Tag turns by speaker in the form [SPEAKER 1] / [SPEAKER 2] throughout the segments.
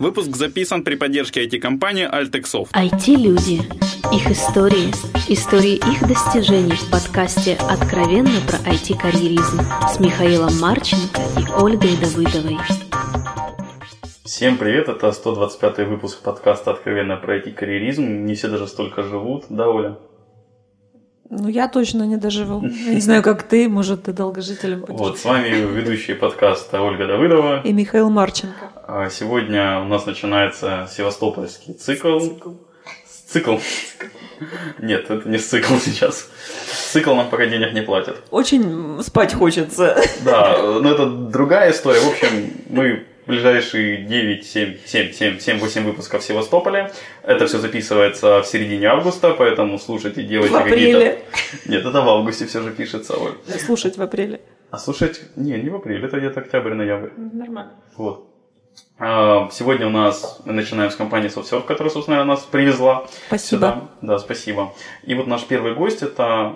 [SPEAKER 1] Выпуск записан при поддержке IT-компании Altexoft.
[SPEAKER 2] IT-люди. Их истории. Истории их достижений в подкасте «Откровенно про IT-карьеризм» с Михаилом Марченко и Ольгой Давыдовой.
[SPEAKER 3] Всем привет, это 125 выпуск подкаста «Откровенно про IT-карьеризм». Не все даже столько живут, да, Оля?
[SPEAKER 4] Ну, я точно не доживу. Я не знаю, как ты, может, ты долгожителем будешь.
[SPEAKER 3] Вот, с вами ведущие подкаста Ольга Давыдова.
[SPEAKER 4] И Михаил Марченко.
[SPEAKER 3] А Сегодня у нас начинается севастопольский цикл.
[SPEAKER 4] Цикл.
[SPEAKER 3] Цикл? Нет, это не цикл сейчас. Цикл нам пока денег не платят.
[SPEAKER 4] Очень спать хочется.
[SPEAKER 3] Да, э, но это другая история. В общем, мы ближайшие 9, 7, 7, 7, 7, 8 выпусков в Севастополе. Это все записывается в середине августа, поэтому слушайте, делайте
[SPEAKER 4] В апреле.
[SPEAKER 3] какие-то... Нет, это в августе все же пишется, Оль.
[SPEAKER 4] Слушать в апреле.
[SPEAKER 3] А слушать... Не, не в апреле, это где-то октябрь-ноябрь.
[SPEAKER 4] Нормально.
[SPEAKER 3] Вот. А, Сегодня у нас мы начинаем с компании SoftServe, которая, собственно, нас привезла
[SPEAKER 4] Спасибо.
[SPEAKER 3] сюда. Да, спасибо. И вот наш первый гость это...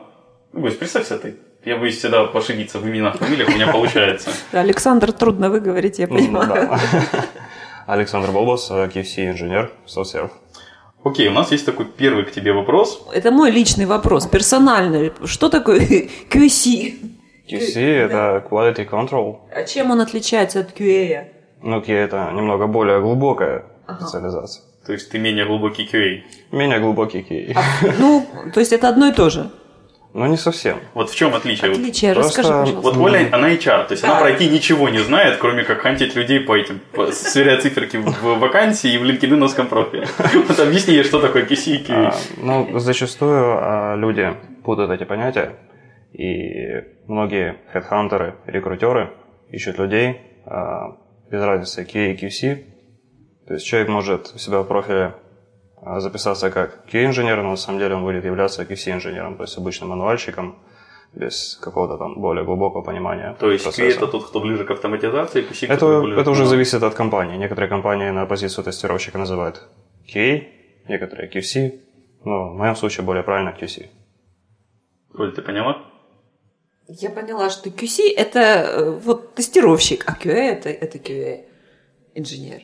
[SPEAKER 3] Гость, представься ты. Я боюсь всегда пошибиться в именах, фамилиях, у меня получается.
[SPEAKER 4] Да, Александр трудно выговорить, я
[SPEAKER 5] М,
[SPEAKER 4] понимаю.
[SPEAKER 5] да. Александр Болбас, э, KFC инженер, соцсерв.
[SPEAKER 3] Окей, у нас есть такой первый к тебе вопрос.
[SPEAKER 4] Это мой личный вопрос, персональный. Что такое QC?
[SPEAKER 5] KFC – это Quality Control.
[SPEAKER 4] А чем он отличается от QA?
[SPEAKER 5] Ну, QA – это немного более глубокая
[SPEAKER 4] Ага.
[SPEAKER 5] специализация.
[SPEAKER 3] То есть ты менее глубокий QA.
[SPEAKER 5] Менее глубокий QA.
[SPEAKER 4] Ну, то есть это одно и то же.
[SPEAKER 5] Но Ну, не совсем.
[SPEAKER 3] Вот в чем отличие? Вот-
[SPEAKER 4] Отличие,
[SPEAKER 5] Просто
[SPEAKER 4] расскажи, пожалуйста.
[SPEAKER 3] Вот Оля, она HR, то есть она
[SPEAKER 4] Да.
[SPEAKER 3] пройти ничего не знает, кроме как хантить людей по этим, по- сверяя циферки в вакансии и в LinkedIn профиле. Вот объясни ей, что такое QC и QA.
[SPEAKER 5] А, ну, зачастую а, люди путают эти понятия, и многие хедхантеры, рекрутеры ищут людей, а, без разницы QA и QC. То есть человек может у себя в профиле а, записаться как QA-инженер, но на самом деле он будет являться QC-инженером, то есть обычным мануальщиком, без какого-то там более глубокого понимания
[SPEAKER 3] То есть QA
[SPEAKER 5] процесса.
[SPEAKER 3] это тот, кто ближе к автоматизации, QC
[SPEAKER 5] а? Это,
[SPEAKER 3] кто ближе
[SPEAKER 5] это
[SPEAKER 3] к-
[SPEAKER 5] уже зависит от компании. Некоторые компании на позицию тестировщика называют QA, некоторые QC. Но в моем случае более правильно QC.
[SPEAKER 3] Оль, ты поняла?
[SPEAKER 4] Я поняла, что QC это э, вот тестировщик, а QA это, это QA инженер.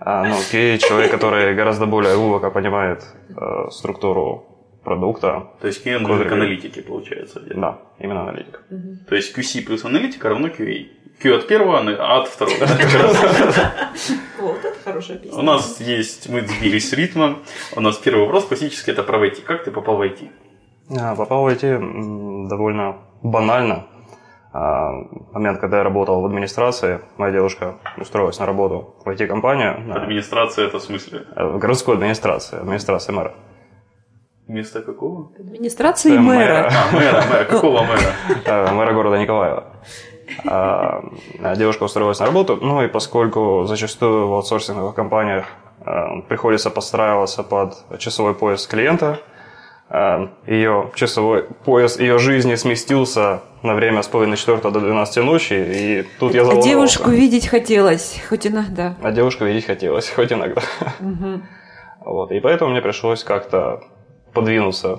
[SPEAKER 5] А, ну, QA – человек, который гораздо более глубоко понимает э, структуру продукта.
[SPEAKER 3] То есть QA
[SPEAKER 5] Квадрик.
[SPEAKER 3] ближе к аналитике, получается. где-то.
[SPEAKER 5] Да, именно аналитик.
[SPEAKER 3] То есть QC плюс аналитика равно QA. Q от первого, а от второго. Как раз.
[SPEAKER 4] Вот это хорошая песня.
[SPEAKER 3] У нас есть, мы сбились с ритма. У нас первый вопрос классический, это про IT. Как ты попал в IT?
[SPEAKER 5] А, Попал в IT м, довольно банально. А, в момент, когда я работал в администрации, моя девушка устроилась на работу в IT-компанию, на-
[SPEAKER 3] Администрация это в смысле?
[SPEAKER 5] э, в городскую администрацию, администрация мэра.
[SPEAKER 3] Место какого?
[SPEAKER 4] Администрации
[SPEAKER 5] Э,
[SPEAKER 4] мэра.
[SPEAKER 3] А, мэра, мэра. Какого мэра?
[SPEAKER 5] Э, мэра города Николаева. А, э, Девушка устроилась на работу, ну и поскольку зачастую в аутсорсинговых компаниях э, приходится подстраиваться под часовой пояс клиента, э, ее часовой пояс ее жизни сместился на время с половины четвертого до 12 ночи, и тут я
[SPEAKER 4] А
[SPEAKER 5] заволновался.
[SPEAKER 4] девушку видеть хотелось, хоть иногда.
[SPEAKER 5] А девушку видеть хотелось, хоть иногда.
[SPEAKER 4] Мгм.
[SPEAKER 5] Вот, и поэтому мне пришлось как-то подвинуться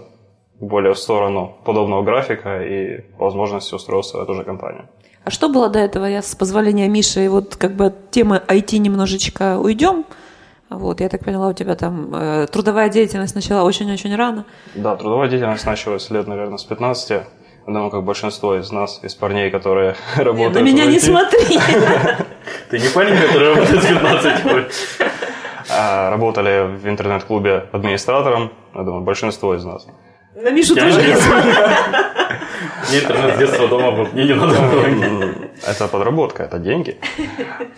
[SPEAKER 5] более в сторону подобного графика и по возможности устроиться в эту же компанию.
[SPEAKER 4] А что было до этого? Я с позволения Миши, вот как бы от темы IT немножечко уйдем. Вот, я так поняла, у тебя там э, трудовая деятельность начала очень-очень рано.
[SPEAKER 5] Да, трудовая деятельность началась лет, наверное, с 15. Я думаю, как большинство из нас, из парней, которые
[SPEAKER 4] Нет,
[SPEAKER 5] работают
[SPEAKER 4] на меня
[SPEAKER 5] в
[SPEAKER 4] не
[SPEAKER 5] IT,
[SPEAKER 4] смотри.
[SPEAKER 3] Ты не парень, который работает с 15 Оль?
[SPEAKER 5] а, работали в интернет-клубе администратором. Я думаю, большинство из нас.
[SPEAKER 4] На Мишу
[SPEAKER 3] Я
[SPEAKER 4] тоже
[SPEAKER 3] не
[SPEAKER 4] не смотри.
[SPEAKER 3] Мне интернет с детства дома был. Мне не надо было.
[SPEAKER 5] М, Это подработка, это деньги.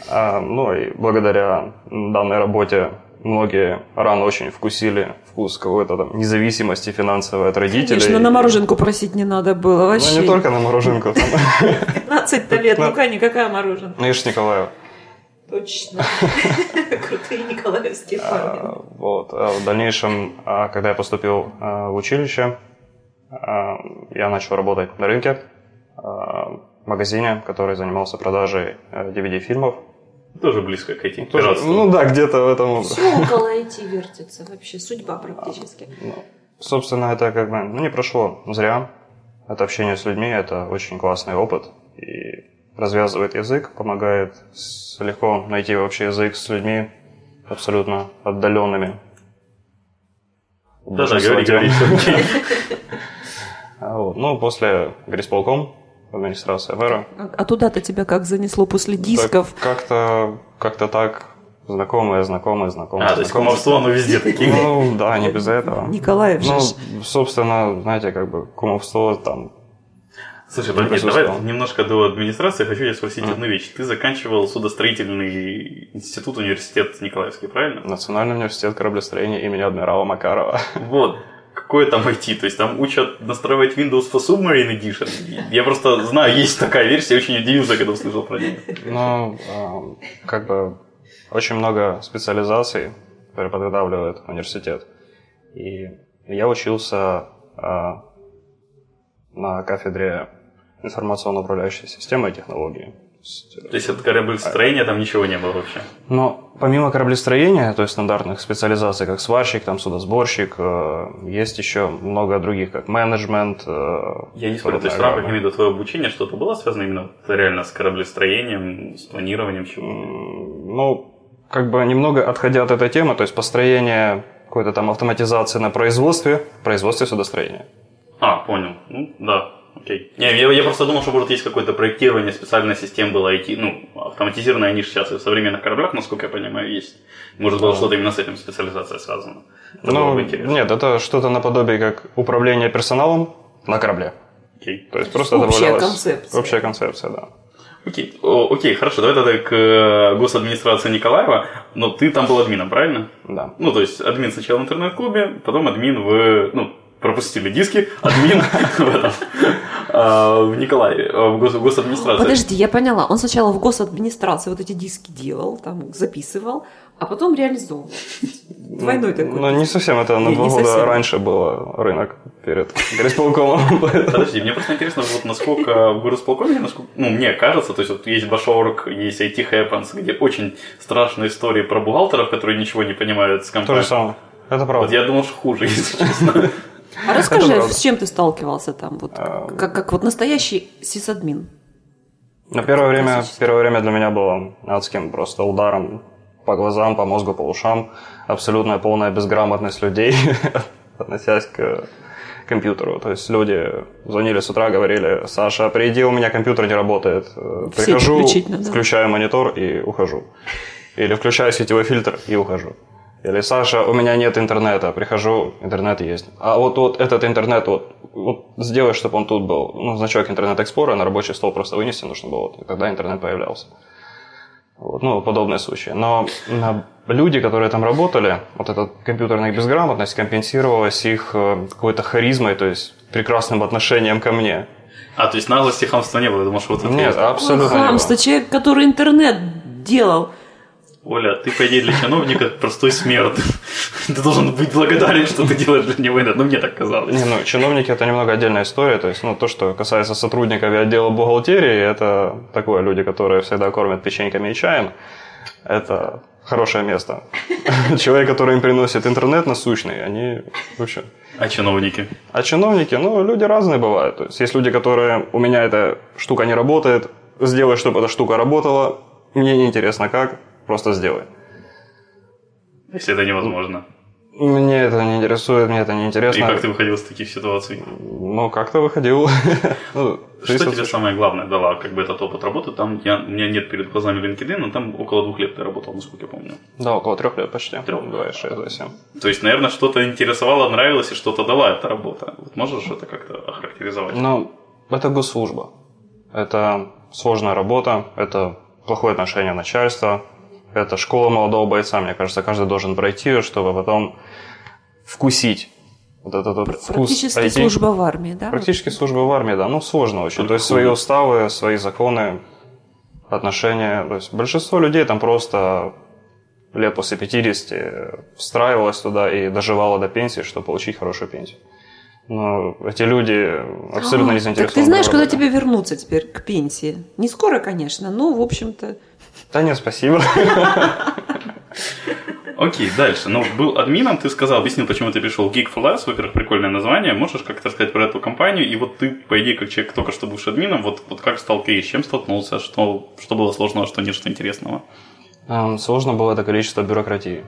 [SPEAKER 5] А, Ну и благодаря данной работе многие рано очень вкусили вкус какой-то там независимости финансовой от родителей.
[SPEAKER 4] Конечно, на мороженку просить не надо было вообще.
[SPEAKER 5] Ну не только на мороженку, там,
[SPEAKER 4] 15 лет, ну-ка, никакая мороженка.
[SPEAKER 5] видишь, Николаев.
[SPEAKER 4] Точно. Крутые николаевские
[SPEAKER 5] А, Вот. А В дальнейшем, а, когда я поступил а, в училище, а, я начал работать на рынке, а, в магазине, который занимался продажей а, DVD-фильмов.
[SPEAKER 3] Тоже близко к IT.
[SPEAKER 5] Тоже-
[SPEAKER 3] пиратству.
[SPEAKER 5] ну да, где-то в этом...
[SPEAKER 4] Все около IT вертится вообще, судьба практически.
[SPEAKER 5] Ну, Собственно, это как бы ну, не прошло зря. Это общение с людьми, это очень классный опыт. И развязывает язык, помогает с- легко найти вообще язык с людьми абсолютно отдаленными.
[SPEAKER 3] Да-да, говори, говори.
[SPEAKER 5] А вот, Ну, после Грисполком, администрация ФР.
[SPEAKER 4] А, а туда-то тебя как занесло после дисков?
[SPEAKER 5] Как-то как-то так знакомые, знакомые, знакомые.
[SPEAKER 3] А, то есть
[SPEAKER 5] знакомые.
[SPEAKER 3] кумовство, оно везде такие.
[SPEAKER 5] Ну, да, не без этого.
[SPEAKER 4] Николаев же
[SPEAKER 5] Ну,
[SPEAKER 4] ж-
[SPEAKER 5] собственно, знаете, как бы кумовство там...
[SPEAKER 3] Слушай,
[SPEAKER 5] Я
[SPEAKER 3] Бабкет,
[SPEAKER 5] присутствовал.
[SPEAKER 3] давай немножко до администрации хочу тебя спросить одну вещь. Ты заканчивал судостроительный институт, университет Николаевский, правильно?
[SPEAKER 5] Национальный университет кораблестроения имени адмирала Макарова.
[SPEAKER 3] Вот. Какое там IT? То есть там учат настраивать Windows for Submarine Edition? Я просто знаю, есть такая версия, я очень удивился, когда услышал про нее.
[SPEAKER 5] Ну, эм, как бы очень много специализаций, которые подготавливает университет. И я учился э, на кафедре информационно-управляющей системы и технологии. То есть, э,
[SPEAKER 3] То есть от кораблестроения там ничего не было вообще.
[SPEAKER 5] Но помимо кораблестроения, то есть стандартных специализаций, как сварщик, там судосборщик, э, есть еще много других, как менеджмент. э,
[SPEAKER 3] Я не спорю, то есть в рамках именно твоего обучения что-то было связано именно вот реально с кораблестроением, с планированием чего-то?
[SPEAKER 5] Ну, как бы немного отходя от этой темы, то есть построение какой-то там автоматизации на производстве, производстве судостроения.
[SPEAKER 3] А, понял. Ну, да. Окей. Не, я, я просто думал, что может есть какое-то проектирование специальной системы было IT, ну, автоматизированные они же сейчас и в современных кораблях, насколько я понимаю, есть. Может было что-то именно с этим специализация связана. Это было
[SPEAKER 5] ну,
[SPEAKER 3] бы интересно.
[SPEAKER 5] нет, это что-то наподобие как управление персоналом на корабле.
[SPEAKER 3] Окей.
[SPEAKER 5] То есть просто
[SPEAKER 4] Общая
[SPEAKER 5] добавлялась
[SPEAKER 4] концепция.
[SPEAKER 5] Общая концепция, да.
[SPEAKER 3] Окей. О, окей, хорошо, давай тогда к э, госадминистрации Николаева. Но ты там был админом, правильно?
[SPEAKER 5] Да.
[SPEAKER 3] Ну, то есть, админ сначала в интернет-клубе, потом админ в... Ну, пропустили диски, админ в этом, а, в Николаеве, а, в гос- в госадминистрации.
[SPEAKER 4] Подожди, я поняла. Он сначала в госадминистрации вот эти диски делал, там записывал, а потом реализовывал. Двойной такой.
[SPEAKER 5] Ну, не совсем, это на
[SPEAKER 4] Не-
[SPEAKER 5] два
[SPEAKER 4] не
[SPEAKER 5] года
[SPEAKER 4] совсем.
[SPEAKER 5] раньше был рынок перед горисполкомом. поэтому-
[SPEAKER 3] Подожди, мне просто интересно, вот насколько в горосполкоме, насколько, ну, мне кажется, то есть вот есть Башорг, есть IT Happens, где очень страшные истории про бухгалтеров, которые ничего не понимают с
[SPEAKER 5] То
[SPEAKER 3] компанией.
[SPEAKER 5] же самое. Это
[SPEAKER 3] Вот
[SPEAKER 5] правда.
[SPEAKER 3] я думал, что хуже, если честно.
[SPEAKER 4] А расскажи,
[SPEAKER 5] Это правда.
[SPEAKER 4] с чем ты сталкивался там, вот,
[SPEAKER 5] А,
[SPEAKER 4] как, как вот настоящий сисадмин?
[SPEAKER 5] Но Ну, первое время,
[SPEAKER 4] Классически.
[SPEAKER 5] первое время для меня было адским просто ударом по глазам, по мозгу, по ушам. Абсолютная полная безграмотность людей, относясь к компьютеру. То есть люди звонили с утра, говорили, Саша, приди, у меня компьютер не работает. Э,
[SPEAKER 4] Все
[SPEAKER 5] Прихожу,
[SPEAKER 4] исключительно, да.
[SPEAKER 5] включаю монитор и ухожу. Или включаю сетевой фильтр и ухожу. Или Саша, у меня нет интернета, прихожу, интернет есть. А вот, вот этот интернет, вот, вот сделай, чтобы он тут был. Ну, значок интернет-экспора на рабочий стол просто вынести нужно было, вот, и тогда интернет появлялся. Вот, ну, подобные случаи. Но на- люди, которые там работали, вот эта компьютерная безграмотность компенсировалась их э, какой-то харизмой, то есть прекрасным отношением ко мне.
[SPEAKER 3] А, то есть наглости и хамства не было, я думал, что вот это
[SPEAKER 5] Нет,
[SPEAKER 3] есть.
[SPEAKER 5] абсолютно не было.
[SPEAKER 4] Хамство, человек, который интернет делал.
[SPEAKER 3] Оля, ты, по идее, для чиновника простой смертный. Ты должен быть благодарен, что ты делаешь для него это. Ну, мне так казалось.
[SPEAKER 5] Не, ну, чиновники это немного отдельная история. То есть, ну, то, что касается сотрудников и отдела бухгалтерии, это такое люди, которые всегда кормят печеньками и чаем. Это хорошее место. Человек, который им приносит интернет насущный, они вообще.
[SPEAKER 3] А чиновники?
[SPEAKER 5] А чиновники, ну, люди разные бывают. То есть, есть люди, которые у меня эта штука не работает, сделай, чтобы эта штука работала. Мне неинтересно как, просто сделай.
[SPEAKER 3] Если это невозможно.
[SPEAKER 5] Мне это не интересует, мне это не
[SPEAKER 3] И
[SPEAKER 5] интересно.
[SPEAKER 3] как ты выходил из таких ситуаций?
[SPEAKER 5] Ну, как-то выходил. Ну,
[SPEAKER 3] Что
[SPEAKER 5] 300
[SPEAKER 3] тебе самое главное дала, как бы этот опыт работы? Там я, у меня нет перед глазами LinkedIn, но там около двух лет ты работал, насколько я помню.
[SPEAKER 5] Да, около трех лет почти.
[SPEAKER 3] Трёх.
[SPEAKER 5] Два, шесть, два, семь.
[SPEAKER 3] То есть, наверное, что-то интересовало, нравилось и что-то дала эта работа. Вот можешь это как-то охарактеризовать?
[SPEAKER 5] Но это госслужба. Это сложная работа, это плохое отношение начальства, это школа молодого бойца. Мне кажется, каждый должен пройти, её, чтобы потом вкусить вот этот вот вкус
[SPEAKER 4] Практически
[SPEAKER 5] IT.
[SPEAKER 4] служба в армии, да?
[SPEAKER 5] Практически служба в армии, да. Ну, сложно очень. То есть свои уставы, свои законы, отношения. То есть большинство людей там просто лет после 50 встраивалось туда и доживало до пенсии, чтобы получить хорошую пенсию. Но эти люди абсолютно не
[SPEAKER 4] А,
[SPEAKER 5] заинтересованы.
[SPEAKER 4] Так ты знаешь,
[SPEAKER 5] в
[SPEAKER 4] когда
[SPEAKER 5] работе.
[SPEAKER 4] тебе вернуться теперь к пенсии? Не скоро, конечно, но, в общем-то,
[SPEAKER 5] Да нет, спасибо.
[SPEAKER 3] Окей, дальше. Ну, был админом, ты сказал, объяснил, почему ты пришел в Geek for Less. Во-первых, прикольное название. Можешь как-то рассказать про эту компанию? И вот ты, по идее, как человек, только что бывший админом, вот, вот как стал ты, с чем столкнулся, что, что было сложного, что нет, что интересного?
[SPEAKER 5] Эм, Сложно было это количество бюрократии.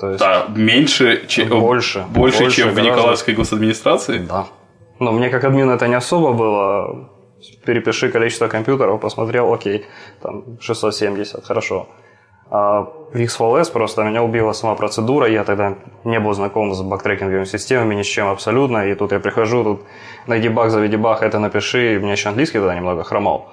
[SPEAKER 5] То есть,
[SPEAKER 3] Да, меньше, чем,
[SPEAKER 5] Больше.
[SPEAKER 3] больше,
[SPEAKER 5] Ну, Больше
[SPEAKER 3] чем в
[SPEAKER 5] гораздо.
[SPEAKER 3] Николаевской госадминистрации.
[SPEAKER 5] да. Но мне как админ это не особо было. Перепиши количество компьютеров, посмотрел, окей, там 670, хорошо. А в X4S просто меня убила сама процедура, я тогда не был знаком с бактрекинговыми системами, ни с чем абсолютно, и тут я прихожу, тут найди баг, заведи баг, это напиши, и у меня еще английский тогда немного хромал.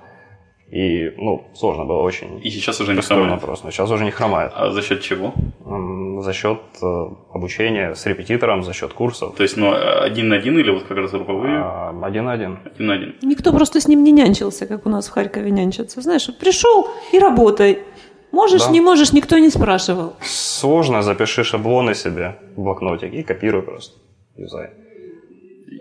[SPEAKER 5] И, ну, сложно было очень.
[SPEAKER 3] И сейчас уже не
[SPEAKER 5] Прискорбно
[SPEAKER 3] самое.
[SPEAKER 5] просто, сейчас уже не хромает.
[SPEAKER 3] А за счет чего?
[SPEAKER 5] М, За счет э, обучения с репетитором, за счет курсов.
[SPEAKER 3] То есть, ну, один на один или вот как раз групповые?
[SPEAKER 5] А, Один на один.
[SPEAKER 3] Один на один.
[SPEAKER 4] Никто просто с ним не нянчился, как у нас в Харькове нянчатся. Знаешь, вот пришел и работай. Можешь,
[SPEAKER 5] Да.
[SPEAKER 4] не можешь, никто не спрашивал.
[SPEAKER 5] Сложно, запиши шаблоны себе в блокнотик и копируй просто. Юзай.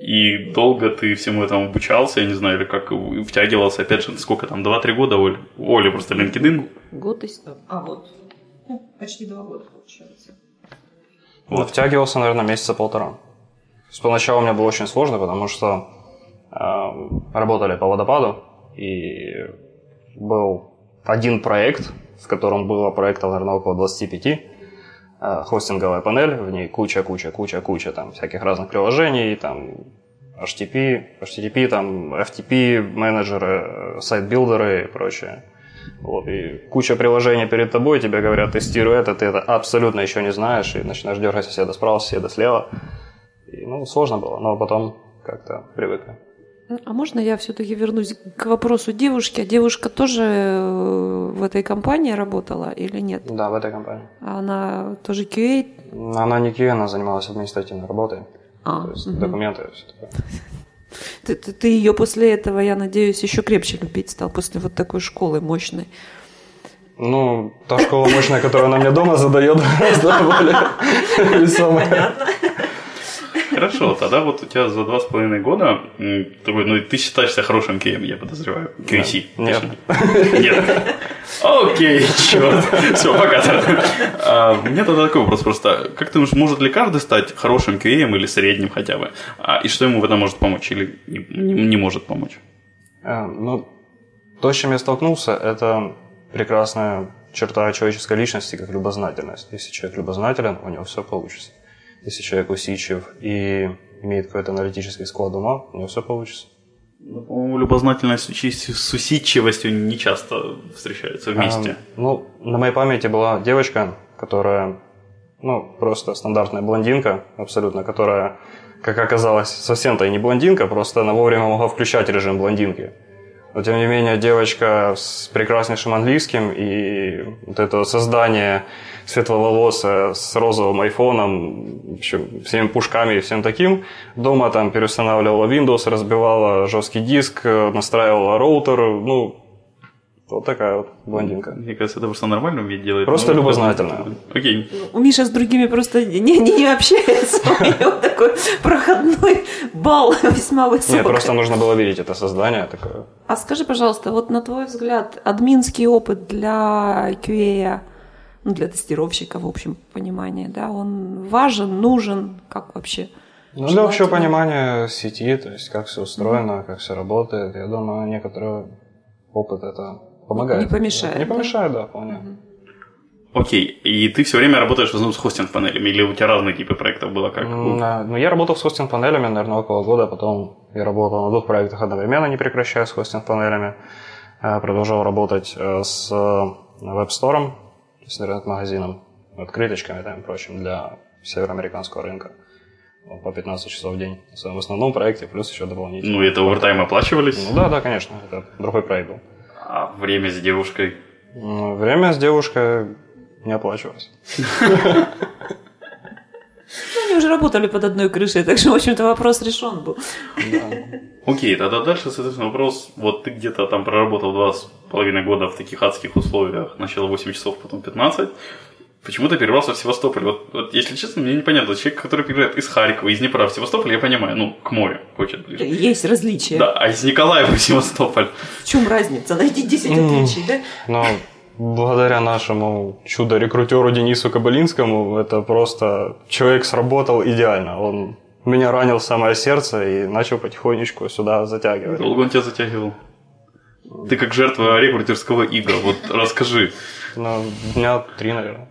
[SPEAKER 3] И долго ты всему этому обучался, я не знаю, или как и втягивался, опять же, сколько там, 2-3 года, Оль? У Оли просто LinkedIn.
[SPEAKER 4] Год и... А, вот. Почти два года получается.
[SPEAKER 5] Вот. Втягивался, наверное, месяца полтора. То есть Поначалу мне было очень сложно, потому что эм, работали по водопаду, и был один проект, в котором было проектов, наверное, около 25, э, хостинговая панель, в ней куча-куча-куча-куча там всяких разных приложений, там HTTP, HTTP, там FTP, менеджеры, э, сайт-билдеры и прочее. Вот, и куча приложений перед тобой, тебе говорят, тестируй это, ты это абсолютно еще не знаешь, и начинаешь дергать соседа справа, соседа слева. И, ну, сложно было, но потом как-то привыкли.
[SPEAKER 4] А можно я все-таки вернусь к вопросу девушки? А девушка тоже э, в этой компании работала или нет?
[SPEAKER 5] Да, в этой компании.
[SPEAKER 4] А Она тоже QA?
[SPEAKER 5] Она не QA, она занималась административной работой,
[SPEAKER 4] А,
[SPEAKER 5] то есть
[SPEAKER 4] мгм.
[SPEAKER 5] документы все такое.
[SPEAKER 4] ты, ты- ты ее после этого, я надеюсь, еще крепче любить стал, после вот такой школы мощной.
[SPEAKER 5] Ну, та школа мощная, которую она мне дома задает, гораздо более весомая.
[SPEAKER 3] Хорошо, тогда вот у тебя за два с половиной года, м, такой, ну и ты считаешься хорошим кеем, я подозреваю. QC.
[SPEAKER 5] Нет.
[SPEAKER 3] Нет. Окей, черт. Все, пока. А, У меня тогда такой вопрос просто. Как ты думаешь, может ли каждый стать хорошим QA или средним хотя бы? А, И что ему в этом может помочь или не- не не может помочь?
[SPEAKER 5] Э, Ну, то, с чем я столкнулся, это прекрасная черта человеческой личности, как любознательность. Если человек любознателен, у него все получится. Если человек усидчив и имеет какой-то аналитический склад ума, у него все получится.
[SPEAKER 3] Ну, по-моему, любознательность с учи- с усидчивостью не часто встречается вместе.
[SPEAKER 5] А, ну, на моей памяти была девочка, которая, ну, просто стандартная блондинка, абсолютно, которая, как оказалось, совсем-то и не блондинка, просто она вовремя могла включать режим блондинки. Но, тем не менее, девочка с прекраснейшим английским и вот это вот создание светловолосая с розовым айфоном, в общем, всеми пушками и всем таким. Дома там переустанавливала Windows, разбивала жесткий диск, э, настраивала роутер, ну, вот такая вот блондинка.
[SPEAKER 3] Мне кажется, это просто нормально ведь делает.
[SPEAKER 5] Просто
[SPEAKER 3] ну,
[SPEAKER 5] любознательная.
[SPEAKER 3] Окей.
[SPEAKER 4] У Ну, Миша с другими просто не, не, не общается. У него такой проходной балл весьма высокий.
[SPEAKER 5] Нет, просто нужно было видеть это создание такое.
[SPEAKER 4] А скажи, пожалуйста, вот на твой взгляд, админский опыт для QA, ну, для тестировщика в общем понимании, да, он важен, нужен, как вообще?
[SPEAKER 5] Ну, для общего
[SPEAKER 4] Желательно.
[SPEAKER 5] понимания сети, то есть как все устроено, как все работает, я думаю, некоторый опыт это помогает.
[SPEAKER 4] Не помешает,
[SPEAKER 5] Не
[SPEAKER 4] да?
[SPEAKER 5] помешает, да, вполне.
[SPEAKER 3] Окей. И ты все время работаешь в основном с хостинг-панелями, или у тебя разные типы проектов было как?
[SPEAKER 5] М, да. Ну, я работал с хостинг-панелями, наверное, около года, потом я работал на двух проектах одновременно, не прекращая с хостинг-панелями. Э, Продолжал работать э, с э, веб-стором, с интернет-магазином, открыточками там и прочим для североамериканского рынка. Вот, По 15 часов в день в своем основном проекте, плюс еще дополнительно.
[SPEAKER 3] Ну, это овертайм оплачивались,
[SPEAKER 5] Ну да, да, конечно, это другой проект был.
[SPEAKER 3] а время с девушкой.
[SPEAKER 5] Ну, Время с девушкой не оплачивалось.
[SPEAKER 4] Ну, они уже работали под одной крышей, так что, в общем-то, вопрос решен был.
[SPEAKER 3] Окей, тогда дальше, соответственно, вопрос. Вот ты где-то там проработал два с половиной года в таких адских условиях, начало 8 часов, потом 15. Почему ты перебрался в Севастополь? Вот, вот, если честно, мне непонятно. Человек, который переезжает из Харькова, из Днепра в Севастополь, я понимаю, ну, к морю хочет
[SPEAKER 5] Э,
[SPEAKER 3] ближе.
[SPEAKER 4] Есть различия.
[SPEAKER 3] Да, а из Николаева в Севастополь.
[SPEAKER 4] В чем разница? Найди 10
[SPEAKER 5] Мгм.
[SPEAKER 4] отличий, да?
[SPEAKER 5] Но благодаря нашему чудо-рекрутеру Денису Кабалинскому, это просто человек сработал идеально. Он меня ранил в самое сердце и начал потихонечку сюда затягивать.
[SPEAKER 3] Долго он тебя затягивал? Ты как жертва рекрутерского ига, вот расскажи.
[SPEAKER 5] Ну, дня три, наверное.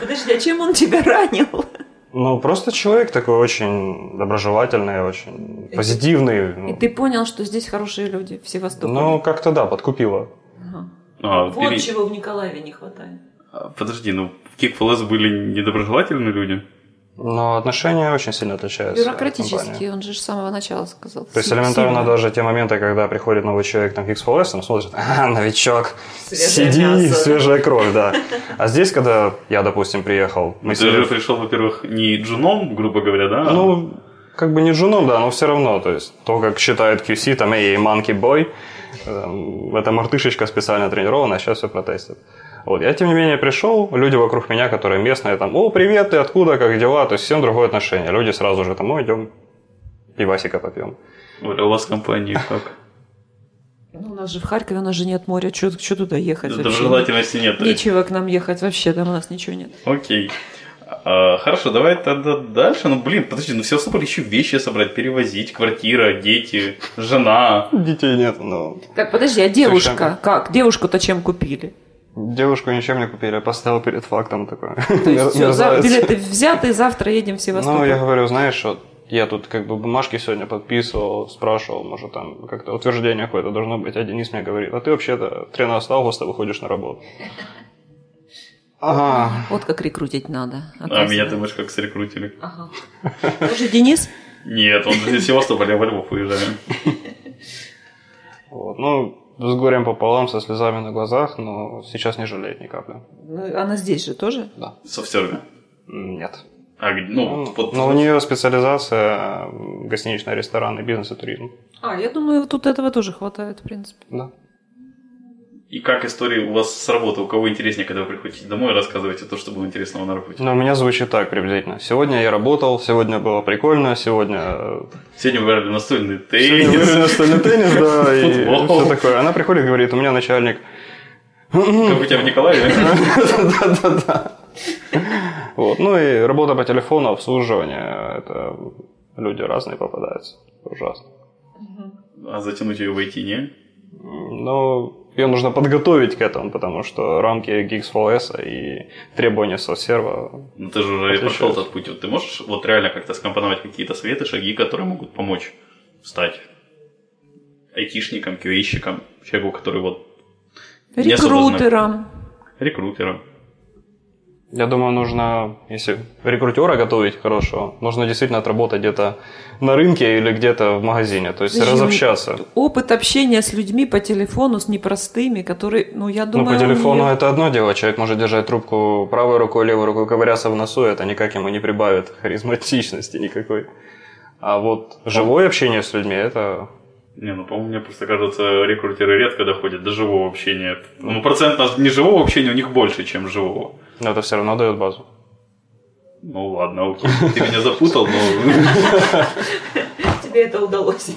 [SPEAKER 4] Подожди, а чем он тебя ранил?
[SPEAKER 5] Ну, просто человек такой очень доброжелательный, очень позитивный.
[SPEAKER 4] И
[SPEAKER 5] Ну,
[SPEAKER 4] ты понял, что здесь хорошие люди в Севастополе.
[SPEAKER 5] ну, как-то да, подкупило.
[SPEAKER 4] Ага.
[SPEAKER 3] А, пере-
[SPEAKER 4] чего в Николаеве не хватает.
[SPEAKER 3] А, Подожди, ну в Kick4S были недоброжелательные люди?
[SPEAKER 5] Но отношения очень сильно отличаются. от компании.
[SPEAKER 4] Бюрократически, он же с самого начала сказал.
[SPEAKER 5] То есть
[SPEAKER 4] Си-
[SPEAKER 5] элементарно
[SPEAKER 4] сильно.
[SPEAKER 5] даже те моменты, когда приходит новый человек там, к X4S, он смотрит, а, новичок,
[SPEAKER 4] Свежее
[SPEAKER 5] сиди,
[SPEAKER 4] мясо».
[SPEAKER 5] свежая кровь, да. А здесь, когда я, допустим, приехал, мы
[SPEAKER 3] Ты
[SPEAKER 5] сидели
[SPEAKER 3] же
[SPEAKER 5] в
[SPEAKER 3] пришел, во-первых, не джуном, грубо говоря, да?
[SPEAKER 5] Ну, как бы не джуном, да, но все равно, то есть, то, как считают QC, там, эй, манки бой, эта мартышечка специально а тренированная, сейчас все протестит. Вот, я, тем не менее, пришел, люди вокруг меня, которые местные, там, о, привет, ты откуда, как дела, то есть, всем другое отношение. Люди сразу же там, ну, идем пивасика попьем.
[SPEAKER 3] Оля, А у вас в компании как?
[SPEAKER 4] Ну, у нас же в Харькове, у нас же нет моря. Что туда ехать вообще?
[SPEAKER 3] Доброжелательности нет. то есть.
[SPEAKER 4] Нечего к нам ехать вообще, там у нас ничего нет.
[SPEAKER 3] Окей. А, Хорошо, давай тогда дальше. Ну, блин, подожди, ну в Севастополе еще вещи собрать, перевозить, квартира, дети, жена.
[SPEAKER 5] Детей нет, но
[SPEAKER 4] Так, подожди, а девушка?
[SPEAKER 5] Совершенно.
[SPEAKER 4] Как? Девушку-то чем купили?
[SPEAKER 5] девушку ничем не купили, поставил перед фактом такой.
[SPEAKER 4] То есть всё, за- билеты взяты, завтра едем в Севастополь.
[SPEAKER 5] Ну, я говорю, знаешь, вот я тут как бы бумажки сегодня подписывал, спрашивал, может, там как-то утверждение какое-то должно быть, а Денис мне говорит, а ты вообще-то 13 августа выходишь на работу. Ага.
[SPEAKER 4] Вот как рекрутить надо.
[SPEAKER 3] А
[SPEAKER 4] оказывается.
[SPEAKER 3] меня, ты думаешь, как срекрутили?
[SPEAKER 4] Ага. Тоже Денис?
[SPEAKER 3] Нет, он же из Севастополя во Львов уезжаем.
[SPEAKER 5] Вот. Ну, с горем пополам, со слезами на глазах, но сейчас не жалеет ни капли.
[SPEAKER 4] Ну, Она здесь же тоже?
[SPEAKER 3] В софтсерве.
[SPEAKER 5] М, Нет.
[SPEAKER 3] А, где- ну, вот-
[SPEAKER 5] Но у нее специализация э, гостиничный ресторан и бизнес и туризм.
[SPEAKER 4] А, я думаю, тут этого тоже хватает, в принципе.
[SPEAKER 5] Да.
[SPEAKER 3] И как история у вас с работы? У кого интереснее, когда вы приходите домой, рассказываете то, что было интересного на работе?
[SPEAKER 5] Но у меня звучит так приблизительно. Сегодня я работал, сегодня было прикольно, сегодня э,
[SPEAKER 3] Сегодня вы играли в настольный
[SPEAKER 5] Сегодня выиграли
[SPEAKER 3] теннис.
[SPEAKER 5] настольный теннис, да, и
[SPEAKER 3] Футбол.
[SPEAKER 5] все такое. Она приходит и говорит, у меня начальник.
[SPEAKER 3] Как у тебя в Николаеве?
[SPEAKER 5] Да-да-да. Вот. Ну и работа по телефону, обслуживание. Это люди разные попадаются. Ужасно.
[SPEAKER 3] А затянуть ее войти, не?
[SPEAKER 5] Но ее нужно подготовить к этому, потому что рамки Geeks for S и требования софтсерва.
[SPEAKER 3] Ну ты же уже
[SPEAKER 5] Отлично.
[SPEAKER 3] прошел этот путь. Вот ты можешь вот реально как-то скомпоновать какие-то советы, шаги, которые могут помочь стать айтишником, QA-щиком, человеку, который вот Не особо знаю.
[SPEAKER 4] Рекрутером.
[SPEAKER 3] рекрутером.
[SPEAKER 5] Я думаю, нужно, если рекрутера готовить хорошего, нужно действительно отработать где-то на рынке или где-то в магазине. То есть
[SPEAKER 4] Подожди, ну,
[SPEAKER 5] разобщаться.
[SPEAKER 4] Опыт общения с людьми по телефону, с непростыми, которые, ну, я думаю...
[SPEAKER 5] ну, по
[SPEAKER 4] он
[SPEAKER 5] телефону
[SPEAKER 4] мне-
[SPEAKER 5] это одно дело. Человек может держать трубку правой рукой, левой рукой, ковыряться в носу. Это никак ему не прибавит харизматичности никакой. А вот живое общение с людьми – это...
[SPEAKER 3] Не, ну, по-моему, мне просто кажется, рекрутеры редко доходят до живого общения. Ну, процент нас- неживого общения у них больше, чем живого.
[SPEAKER 5] Но это все равно дает базу.
[SPEAKER 3] Ну ладно, окей. Ты меня запутал, но...
[SPEAKER 4] Тебе это удалось.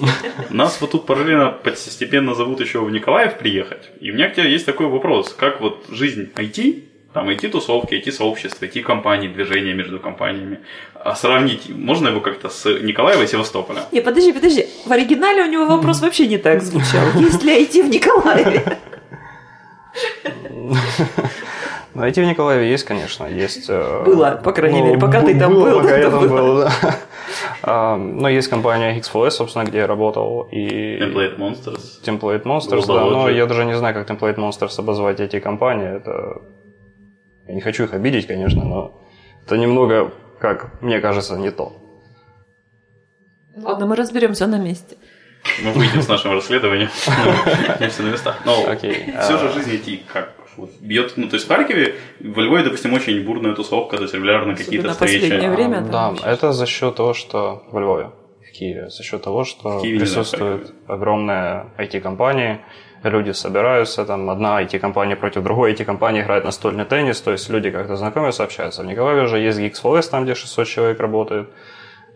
[SPEAKER 3] Нас вот тут параллельно постепенно зовут еще в Николаев приехать. И у меня к тебе есть такой вопрос. Как вот жизнь IT, там IT-тусовки, IT-сообщества, IT-компании, движения между компаниями, а сравнить можно его как-то с Николаева и Севастополя?
[SPEAKER 4] Не, подожди, подожди. В оригинале у него вопрос вообще не так звучал. Есть ли IT в Николаеве?
[SPEAKER 5] Но IT в Николаеве есть, конечно, есть... э,
[SPEAKER 4] Было, по крайней мере, пока ты
[SPEAKER 5] бу-
[SPEAKER 4] там
[SPEAKER 5] было,
[SPEAKER 4] был,
[SPEAKER 5] пока я
[SPEAKER 4] это
[SPEAKER 5] там
[SPEAKER 4] было.
[SPEAKER 5] был, да. А, Но есть компания X4S, собственно, где я работал, и...
[SPEAKER 3] Template Monsters.
[SPEAKER 5] Template Monsters, да,
[SPEAKER 3] Глубоко
[SPEAKER 5] но
[SPEAKER 3] же.
[SPEAKER 5] я даже не знаю, как Template Monsters обозвать эти компании. Это... Я не хочу их обидеть, конечно, но это немного, как мне кажется, не то.
[SPEAKER 4] Ладно, мы разберемся на месте.
[SPEAKER 3] Мы выйдем с нашим расследованием. Ну, все на местах. Но
[SPEAKER 5] Окей.
[SPEAKER 3] все же
[SPEAKER 5] А.
[SPEAKER 3] жизнь IT как вот бьет, ну то есть в Харькове, во Львове, допустим, очень бурная тусовка, то есть регулярно какие-то
[SPEAKER 4] Особенно последнее
[SPEAKER 3] встречи.
[SPEAKER 4] время там
[SPEAKER 5] А, Да,
[SPEAKER 4] вообще.
[SPEAKER 5] это за счет того, что в Львове, в Киеве, за счет того, что
[SPEAKER 3] В Киеве не знаю,
[SPEAKER 5] присутствуют огромные IT-компании, люди собираются, там одна IT-компания против другой IT-компании играет настольный теннис, то есть люди как-то знакомятся, общаются. В Николаеве же есть Geeks Forest, там где 600 человек работает,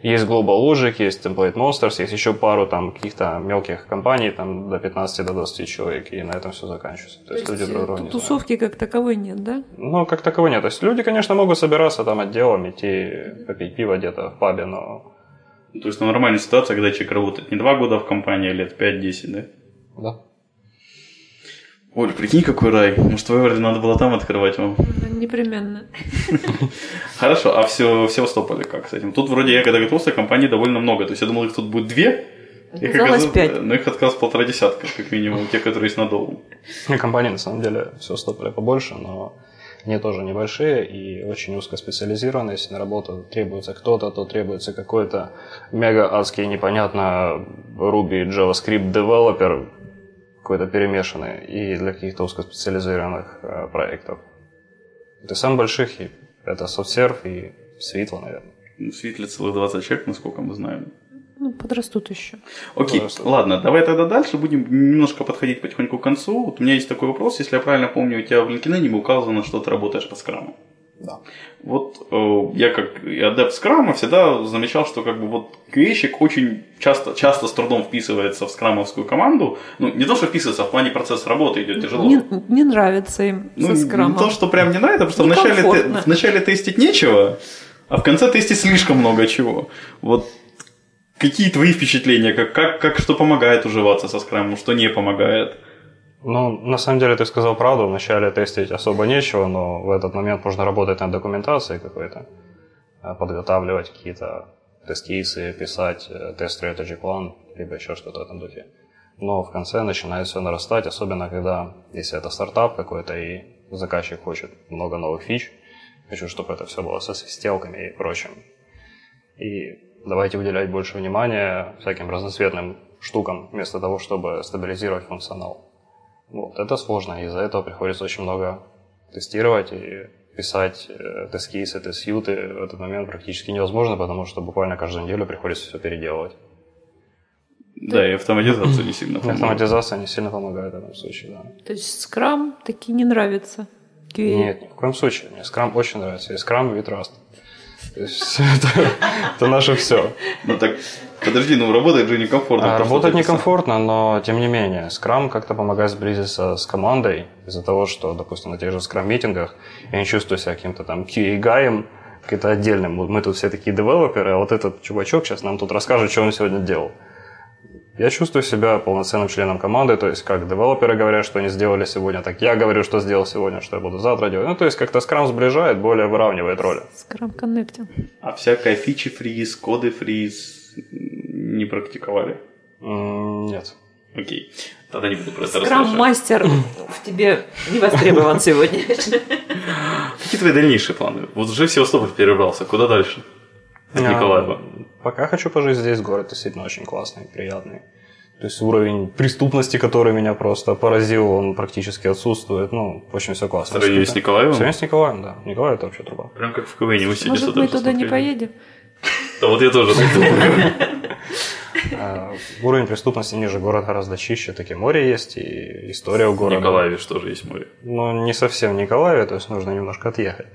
[SPEAKER 5] Есть Global Logic, есть Template Monsters, есть еще пару там каких-то мелких компаний, там до 15 до 20 человек, и на этом все заканчивается. То есть люди друг друга
[SPEAKER 4] ту-
[SPEAKER 5] не знают.
[SPEAKER 4] тусовки как таковой нет, да?
[SPEAKER 5] Ну, как такового нет. То есть люди, конечно, могут собираться там отделом, идти попить пиво где-то в пабе, но...
[SPEAKER 3] Ну, То есть ну, нормальная ситуация, когда человек работает не два года в компании, а лет 5-10, да?
[SPEAKER 5] Да.
[SPEAKER 3] Оль, прикинь, какой рай. Может, Веверли надо было там открывать вам?
[SPEAKER 4] Непременно.
[SPEAKER 3] Хорошо, а все, в Севастополе как с этим? Тут вроде я когда готовился, компаний довольно много. То есть я думал, их тут будет две. Их
[SPEAKER 4] Оказалось пять.
[SPEAKER 3] Но их оказалось полтора десятка, как минимум, те, которые есть на долу.
[SPEAKER 5] И компании, на самом деле, все стопали побольше, но они тоже небольшие и очень узкоспециализированные. Если на работу требуется кто-то, то требуется какой-то мега адский, непонятно, Ruby, JavaScript девелопер, какой-то перемешанный, и для каких-то узкоспециализированных э, проектов. Ты сам больших, и это SoftServe и Свитла, наверное.
[SPEAKER 3] Светле Ну, целых 20 человек, насколько мы знаем.
[SPEAKER 4] Ну, подрастут еще.
[SPEAKER 3] Окей,
[SPEAKER 5] Пожалуйста.
[SPEAKER 3] ладно, давай тогда дальше будем немножко подходить потихоньку к концу. Вот у меня есть такой вопрос, если я правильно помню, у тебя в LinkedIn было указано, что ты работаешь по скраму.
[SPEAKER 5] Да.
[SPEAKER 3] Вот э, я как и адепт скрама всегда замечал, что как бы вот QA-щик очень часто, часто с трудом вписывается в скрамовскую команду. Ну, не то, что вписывается, а в плане процесс работы идет тяжело.
[SPEAKER 4] Не, не нравится им
[SPEAKER 3] ну,
[SPEAKER 4] со
[SPEAKER 3] не
[SPEAKER 4] скрамом.
[SPEAKER 3] то, что прям не нравится, просто вначале, ты,
[SPEAKER 4] Некомфортно.
[SPEAKER 3] вначале тестить нечего, а в конце тестить слишком много чего. Вот какие твои впечатления, как, как, как что помогает уживаться со скрамом, что не помогает?
[SPEAKER 5] Ну, на самом деле, ты сказал правду. Вначале тестить особо нечего, но в этот момент можно работать над документацией какой-то, э, подготавливать какие-то тест-кейсы, писать э, тест-strategy план, либо еще что-то в этом духе. Но в конце начинает все нарастать, особенно когда, если это стартап какой-то, и заказчик хочет много новых фич, хочу, чтобы это все было со свистелками и прочим. И давайте уделять больше внимания всяким разноцветным штукам, вместо того, чтобы стабилизировать функционал. Вот, это сложно, из-за этого приходится очень много тестировать и писать э, тест-кейсы, тест-сьюты. В этот момент практически невозможно, потому что буквально каждую неделю приходится все переделывать.
[SPEAKER 3] Да, и автоматизация не сильно помогает.
[SPEAKER 5] Автоматизация не сильно помогает в этом случае, да.
[SPEAKER 4] То есть скрам таки не нравится. QA.
[SPEAKER 5] Нет, ни в коем случае. Мне скрам очень нравится. И скрам, и траст. То есть это, это наше все.
[SPEAKER 3] Ну так, подожди, ну работает же некомфортно.
[SPEAKER 5] А,
[SPEAKER 3] то, что
[SPEAKER 5] Работать
[SPEAKER 3] ты писал.
[SPEAKER 5] некомфортно, но тем не менее, скрам как-то помогает сблизиться с командой из-за того, что, допустим, на тех же скрам-митингах я не чувствую себя каким-то там QA-гаем, каким-то отдельным. Мы тут все такие девелоперы, а вот этот чувачок сейчас нам тут расскажет, что он сегодня делал. Я чувствую себя полноценным членом команды, то есть как девелоперы говорят, что они сделали сегодня, так я говорю, что сделал сегодня, что я буду завтра делать. Ну, то есть как-то скрам сближает, более выравнивает роли.
[SPEAKER 4] Скрам коннектинг.
[SPEAKER 3] А всякая фичи фриз, коды фриз м, не практиковали.
[SPEAKER 5] М, Нет.
[SPEAKER 3] Окей. Тогда не буду про это
[SPEAKER 4] Скрам
[SPEAKER 3] расспрашивать.
[SPEAKER 4] мастер в тебе не востребован сегодня.
[SPEAKER 3] Какие твои дальнейшие планы? Вот уже в Севастополь перебрался, куда дальше? От
[SPEAKER 5] А,
[SPEAKER 3] Николаева.
[SPEAKER 5] Пока хочу пожить здесь, город действительно очень классный, приятный. То есть уровень преступности, который меня просто поразил, он практически отсутствует. Ну, очень все классно.
[SPEAKER 3] В сравнении с
[SPEAKER 5] В
[SPEAKER 3] Николаевым?
[SPEAKER 5] сравнении с Николаем, да. Николай это вообще труба.
[SPEAKER 3] Прям как в КВН, вы сидите
[SPEAKER 4] Может, мы туда не
[SPEAKER 3] поедем?
[SPEAKER 4] поедем?
[SPEAKER 3] Да вот я тоже так думаю.
[SPEAKER 5] А, уровень преступности ниже, город гораздо чище, таки море есть, и история у
[SPEAKER 3] В
[SPEAKER 5] города.
[SPEAKER 3] Николаеве же тоже есть море.
[SPEAKER 5] Ну, не совсем Николаеве, то есть нужно немножко отъехать.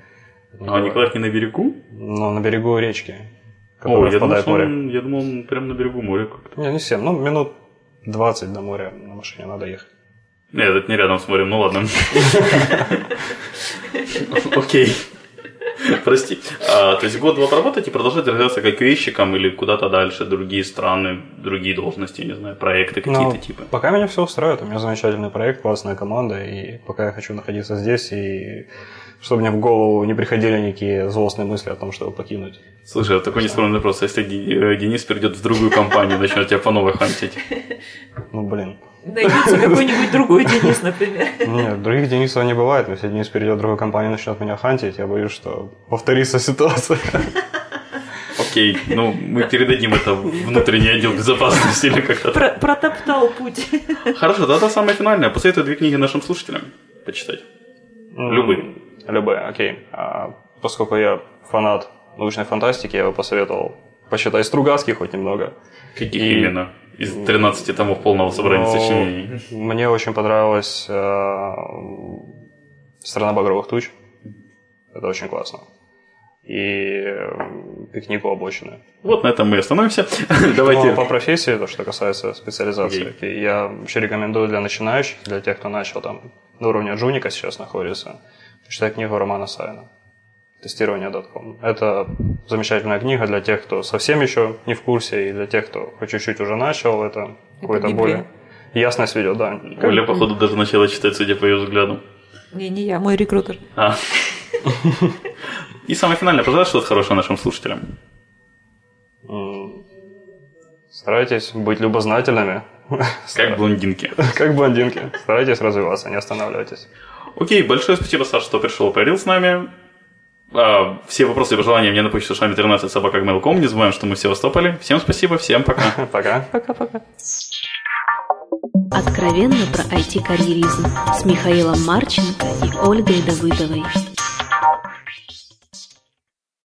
[SPEAKER 3] А Николаев не на берегу?
[SPEAKER 5] Но на берегу речки, в
[SPEAKER 3] О,
[SPEAKER 5] которая
[SPEAKER 3] я думал,
[SPEAKER 5] впадает
[SPEAKER 3] что
[SPEAKER 5] в море.
[SPEAKER 3] он, я думал, он прям на берегу моря как-то.
[SPEAKER 5] Не, не всем, ну, минут 20 до моря на машине надо ехать.
[SPEAKER 3] Нет, это не рядом с морем, ну ладно. Окей. Прости. А, то есть год-два поработать и продолжать развиваться как QA-щиком или куда-то дальше, другие страны, другие должности, не знаю, проекты какие-то
[SPEAKER 5] Ну,
[SPEAKER 3] типа.
[SPEAKER 5] Пока меня все устраивает, у меня замечательный проект, классная команда, и пока я хочу находиться здесь, и чтобы мне в голову не приходили никакие злостные мысли о том, чтобы покинуть.
[SPEAKER 3] Слушай, а такой нескромный вопрос. А Если Ди- э, Денис перейдет в другую компанию, начнет тебя по новой хантить.
[SPEAKER 5] Ну, блин.
[SPEAKER 4] Найдется какой-нибудь другой Денис, например.
[SPEAKER 5] Нет, других Денисов не бывает. Если Денис перейдет в другую компанию и начнет меня хантить, я боюсь, что повторится ситуация.
[SPEAKER 3] Окей, ну мы передадим это в внутренний отдел безопасности или как-то так.
[SPEAKER 4] Про- Протоптал путь.
[SPEAKER 3] Хорошо, тогда самое финальное. Посоветую две книги нашим слушателям почитать. Любые.
[SPEAKER 5] Любые, окей. А поскольку я фанат научной фантастики, я бы посоветовал почитать Стругацких хоть немного.
[SPEAKER 3] Каких
[SPEAKER 5] И-
[SPEAKER 3] именно? Из 13 томов полного собрания
[SPEAKER 5] Но
[SPEAKER 3] сочинений.
[SPEAKER 5] Мне очень понравилась э, «Страна багровых туч». Это очень классно. и м, пикнику обочины.
[SPEAKER 3] Вот на этом мы и остановимся.
[SPEAKER 5] Но
[SPEAKER 3] Давайте.
[SPEAKER 5] по профессии, то, что касается специализации, я вообще рекомендую для начинающих, для тех, кто начал там на уровне джуника сейчас находится, почитать книгу Романа Сайна «Тестирование.com». Это замечательная книга для тех, кто совсем еще не в курсе, и для тех, кто хоть чуть-чуть уже начал, это, какой-то
[SPEAKER 4] Библия.
[SPEAKER 5] более ясность ведет, да.
[SPEAKER 3] Оля, походу, даже начала читать, судя по ее взгляду.
[SPEAKER 4] Не, не я, мой рекрутер.
[SPEAKER 3] А. И самое финальное, пожалуйста, что-то хорошее нашим слушателям.
[SPEAKER 5] М, Старайтесь быть любознательными,
[SPEAKER 3] Как блондинки.
[SPEAKER 5] как блондинки. Старайтесь развиваться, не останавливайтесь.
[SPEAKER 3] Окей, большое спасибо, Саша, что пришел и поговорил с нами. А, все вопросы и пожелания мне на почту шами 13 собакагмейлком. Не забываем, что мы все Севастополе. Всем спасибо, всем пока.
[SPEAKER 5] Пока.
[SPEAKER 4] Пока-пока.
[SPEAKER 2] Откровенно про IT-карьеризм с Михаилом Марченко и Ольгой Давыдовой.